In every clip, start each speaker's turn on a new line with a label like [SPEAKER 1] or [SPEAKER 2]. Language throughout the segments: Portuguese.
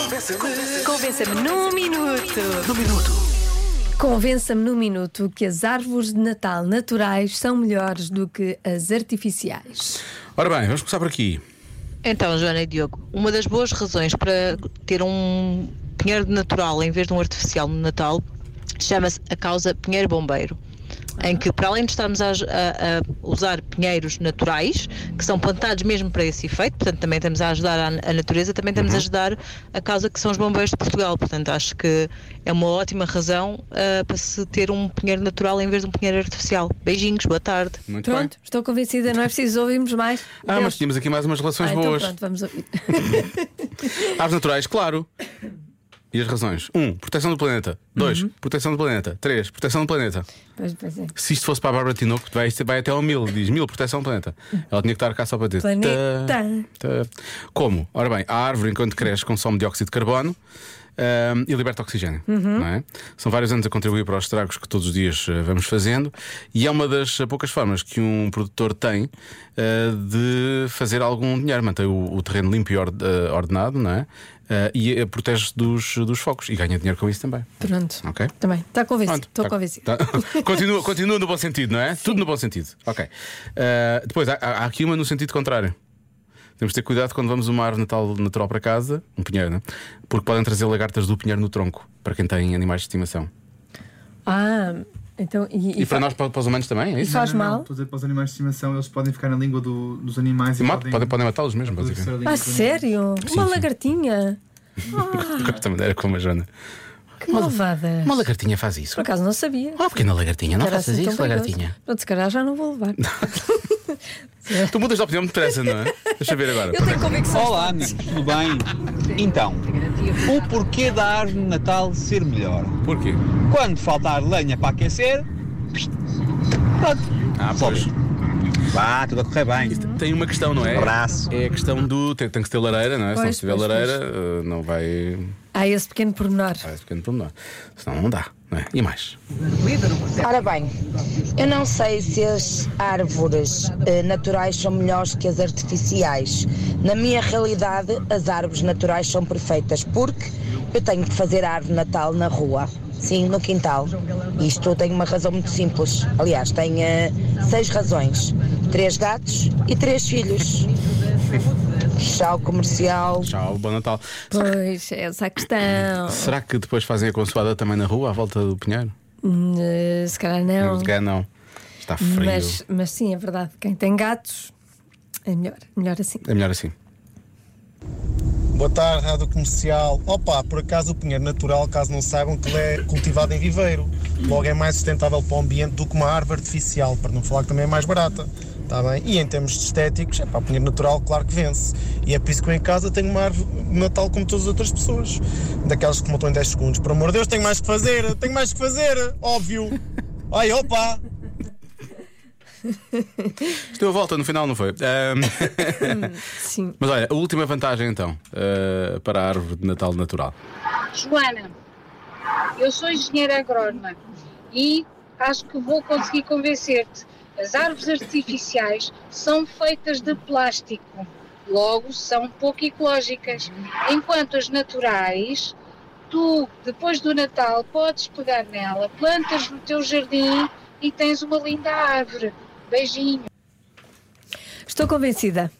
[SPEAKER 1] Convença-me. Convença-me num minuto.
[SPEAKER 2] No minuto.
[SPEAKER 3] Convença-me num minuto que as árvores de Natal naturais são melhores do que as artificiais.
[SPEAKER 2] Ora bem, vamos começar por aqui.
[SPEAKER 4] Então, Joana e Diogo, uma das boas razões para ter um pinheiro natural em vez de um artificial no Natal chama-se a causa Pinheiro Bombeiro. Em que, para além de estarmos a, a- a usar pinheiros naturais, que são plantados mesmo para esse efeito, portanto, também estamos a ajudar a, a natureza, também estamos a ajudar a causa que são os bombeiros de Portugal. Portanto, acho que é uma ótima razão ah, para se ter um pinheiro natural em vez de um pinheiro artificial. Beijinhos, boa tarde.
[SPEAKER 2] Muito
[SPEAKER 3] Pronto,
[SPEAKER 2] bem.
[SPEAKER 3] estou convencida, não é preciso ouvirmos mais.
[SPEAKER 2] Ah,
[SPEAKER 3] Deus.
[SPEAKER 2] mas tínhamos aqui mais umas
[SPEAKER 3] Ah,
[SPEAKER 2] relações
[SPEAKER 3] então
[SPEAKER 2] boas.
[SPEAKER 3] pronto, vamos ouvir.
[SPEAKER 2] Árvores naturais, claro. E as razões? 1. Um, proteção do planeta. 2.
[SPEAKER 3] Uhum.
[SPEAKER 2] Proteção do planeta. 3. Proteção do planeta.
[SPEAKER 3] Pois, pois é.
[SPEAKER 2] Se isto fosse para a Bárbara Tinoco, vai, vai até ao 1000. Diz 1000, proteção do planeta. Ela tinha que estar cá só para dizer.
[SPEAKER 3] Planeta.
[SPEAKER 2] tá, tá. Como? Ora bem, a árvore, enquanto cresce, consome dióxido de carbono. hum, e liberta oxigênio. não é? São vários anos a contribuir para os estragos que todos os dias eh, vamos fazendo, e é uma das eh, poucas formas que um produtor tem eh, de fazer algum dinheiro, mantém o, o terreno limpo e ord- eh, ordenado, não é? Eh, e eh, protege-se dos, dos focos e ganha dinheiro com isso também.
[SPEAKER 3] Pronto.
[SPEAKER 2] Ok.
[SPEAKER 3] Também. Está convencido.
[SPEAKER 2] Ah. Pronto,
[SPEAKER 3] Estou
[SPEAKER 2] tá-
[SPEAKER 3] convencido.
[SPEAKER 2] tá- continua, continua no bom sentido, não é? Tudo no bom sentido. Ok. Ah, depois, há, há- há aqui uma no sentido contrário. Temos de ter cuidado quando vamos uma árvore natal natural para casa, um pinheiro, não é? porque podem trazer lagartas do pinheiro no tronco, para quem tem animais de estimação.
[SPEAKER 3] Ah, então. E,
[SPEAKER 2] E,
[SPEAKER 3] e
[SPEAKER 2] para
[SPEAKER 3] fa-
[SPEAKER 2] nós, para, para os humanos também, é
[SPEAKER 3] e
[SPEAKER 2] isso?
[SPEAKER 3] faz
[SPEAKER 5] Não, não,
[SPEAKER 3] mal?
[SPEAKER 5] Estou a dizer para os animais de estimação, eles podem ficar na língua do- dos animais e
[SPEAKER 2] Mata- podem, podem matá-los mesmo,
[SPEAKER 5] podem ser a
[SPEAKER 2] basicamente.
[SPEAKER 5] língua
[SPEAKER 3] Ah,
[SPEAKER 5] dos animais.
[SPEAKER 3] sério? Uma lagartinha?
[SPEAKER 2] Desta maneira, como a Joana.
[SPEAKER 3] Que malvada.
[SPEAKER 2] Uma lagartinha faz isso.
[SPEAKER 3] Por acaso não sabia.
[SPEAKER 2] Uma pequena lagartinha, não
[SPEAKER 3] Era
[SPEAKER 2] faças
[SPEAKER 3] assim tão
[SPEAKER 2] isso,
[SPEAKER 3] perigoso.
[SPEAKER 2] lagartinha.
[SPEAKER 3] Pronto, se calhar já não vou levar.
[SPEAKER 2] Tu mudas de opinião, me interessa, não é? Deixa eu ver agora.
[SPEAKER 3] Eu tenho convicção.
[SPEAKER 6] Olá, amigos, tudo bem? Então, o porquê da árvore de Natal ser melhor?
[SPEAKER 2] Porquê?
[SPEAKER 6] Quando faltar lenha para aquecer, pronto,
[SPEAKER 2] Ah, pois.
[SPEAKER 6] vá, tudo a correr bem.
[SPEAKER 2] Tem uma questão, não é?
[SPEAKER 6] Abraço.
[SPEAKER 2] É a questão do. Tem, tem que ter lareira, não é?
[SPEAKER 3] Pois,
[SPEAKER 2] Se não tiver
[SPEAKER 3] pois,
[SPEAKER 2] lareira, eh, não vai.
[SPEAKER 3] Há Ah, esse pequeno pormenor.
[SPEAKER 2] Vai esse pequeno pormenor. Senão não dá, não é? E mais?
[SPEAKER 7] Ora bem, eu não sei se as árvores eh, naturais são melhores que as artificiais. Na minha realidade, as árvores naturais são perfeitas porque eu tenho que fazer a árvore de natal na rua. Sim, no quintal. Isto tem uma razão muito simples. Aliás, tem eh, seis razões: três gatos e três filhos. Tchau, comercial.
[SPEAKER 2] Tchau, bom Natal.
[SPEAKER 3] Pois, essa é a questão.
[SPEAKER 2] Será que depois fazem a consoada também na rua, à volta do Pinheiro?
[SPEAKER 3] Eh, Se calhar
[SPEAKER 2] Não.
[SPEAKER 3] não.
[SPEAKER 2] De cá, não. Está frio.
[SPEAKER 3] Mas, mas sim, é verdade. Quem tem gatos é melhor. Melhor assim.
[SPEAKER 2] É melhor assim.
[SPEAKER 8] Boa tarde, Rádio Comercial. Opa, por acaso o pinheiro natural, caso não saibam, que ele é cultivado em viveiro. Logo é mais sustentável para o ambiente do que uma árvore artificial, para não falar que também é mais barata. Está bem? E em termos de estéticos, é pá, o pinheiro natural claro que vence. E é por isso que eu em casa tenho uma árvore de natal como todas as outras pessoas. Daquelas que matam em 10 segundos. Por amor de Deus, tenho mais que fazer, tenho mais que fazer, óbvio. Ai, opa!
[SPEAKER 2] Estou a volta, no final não foi. Ahm,
[SPEAKER 3] Sim.
[SPEAKER 2] mas olha, a última vantagem então, eh, para a árvore de Natal natural.
[SPEAKER 9] Joana, eu sou engenheira agrónoma e acho que vou conseguir convencer-te. As árvores artificiais são feitas de plástico, logo são pouco ecológicas, enquanto as naturais, tu depois do Natal podes pegar nela, plantas no teu jardim e tens uma linda árvore. Beijinho.
[SPEAKER 3] Estou convencida.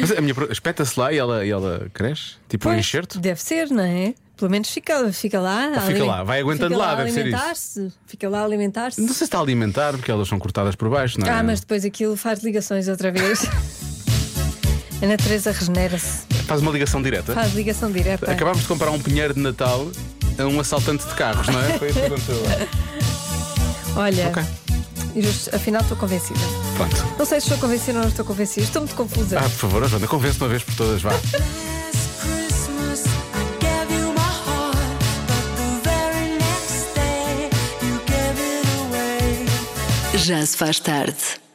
[SPEAKER 2] Mas a minha pro- espeta-se lá e ela, e ela cresce? Tipo um
[SPEAKER 3] Pois,
[SPEAKER 2] enxerto?
[SPEAKER 3] Deve ser, não é? Pelo menos fica, fica lá. a
[SPEAKER 2] fica
[SPEAKER 3] aliment-
[SPEAKER 2] lá, vai aguentando
[SPEAKER 3] fica
[SPEAKER 2] lá,
[SPEAKER 3] lá a
[SPEAKER 2] deve ser isso.
[SPEAKER 3] alimentar-se. Fica lá a
[SPEAKER 2] Não
[SPEAKER 3] alimentar-se.
[SPEAKER 2] sei se está a alimentar, porque elas são cortadas por baixo, não é?
[SPEAKER 3] Ah, mas depois aquilo faz ligações outra vez. A natureza regenera-se.
[SPEAKER 2] Faz uma ligação direta.
[SPEAKER 3] Faz ligação direta.
[SPEAKER 2] Acabámos de comprar um pinheiro de Natal a um assaltante de carros, não é? Foi isso que aconteceu.
[SPEAKER 3] Olha,
[SPEAKER 2] Ok.
[SPEAKER 3] eu- afinal estou convencida.
[SPEAKER 2] Pronto.
[SPEAKER 3] Não sei se estou convencida ou não estou convencida. Estou muito confusa.
[SPEAKER 2] Ah, por favor, Joana, convence uma vez por todas, vá.
[SPEAKER 10] Last Christmas, I gave you my heart, but the very next day, you gave it away.
[SPEAKER 1] Já se faz tarde.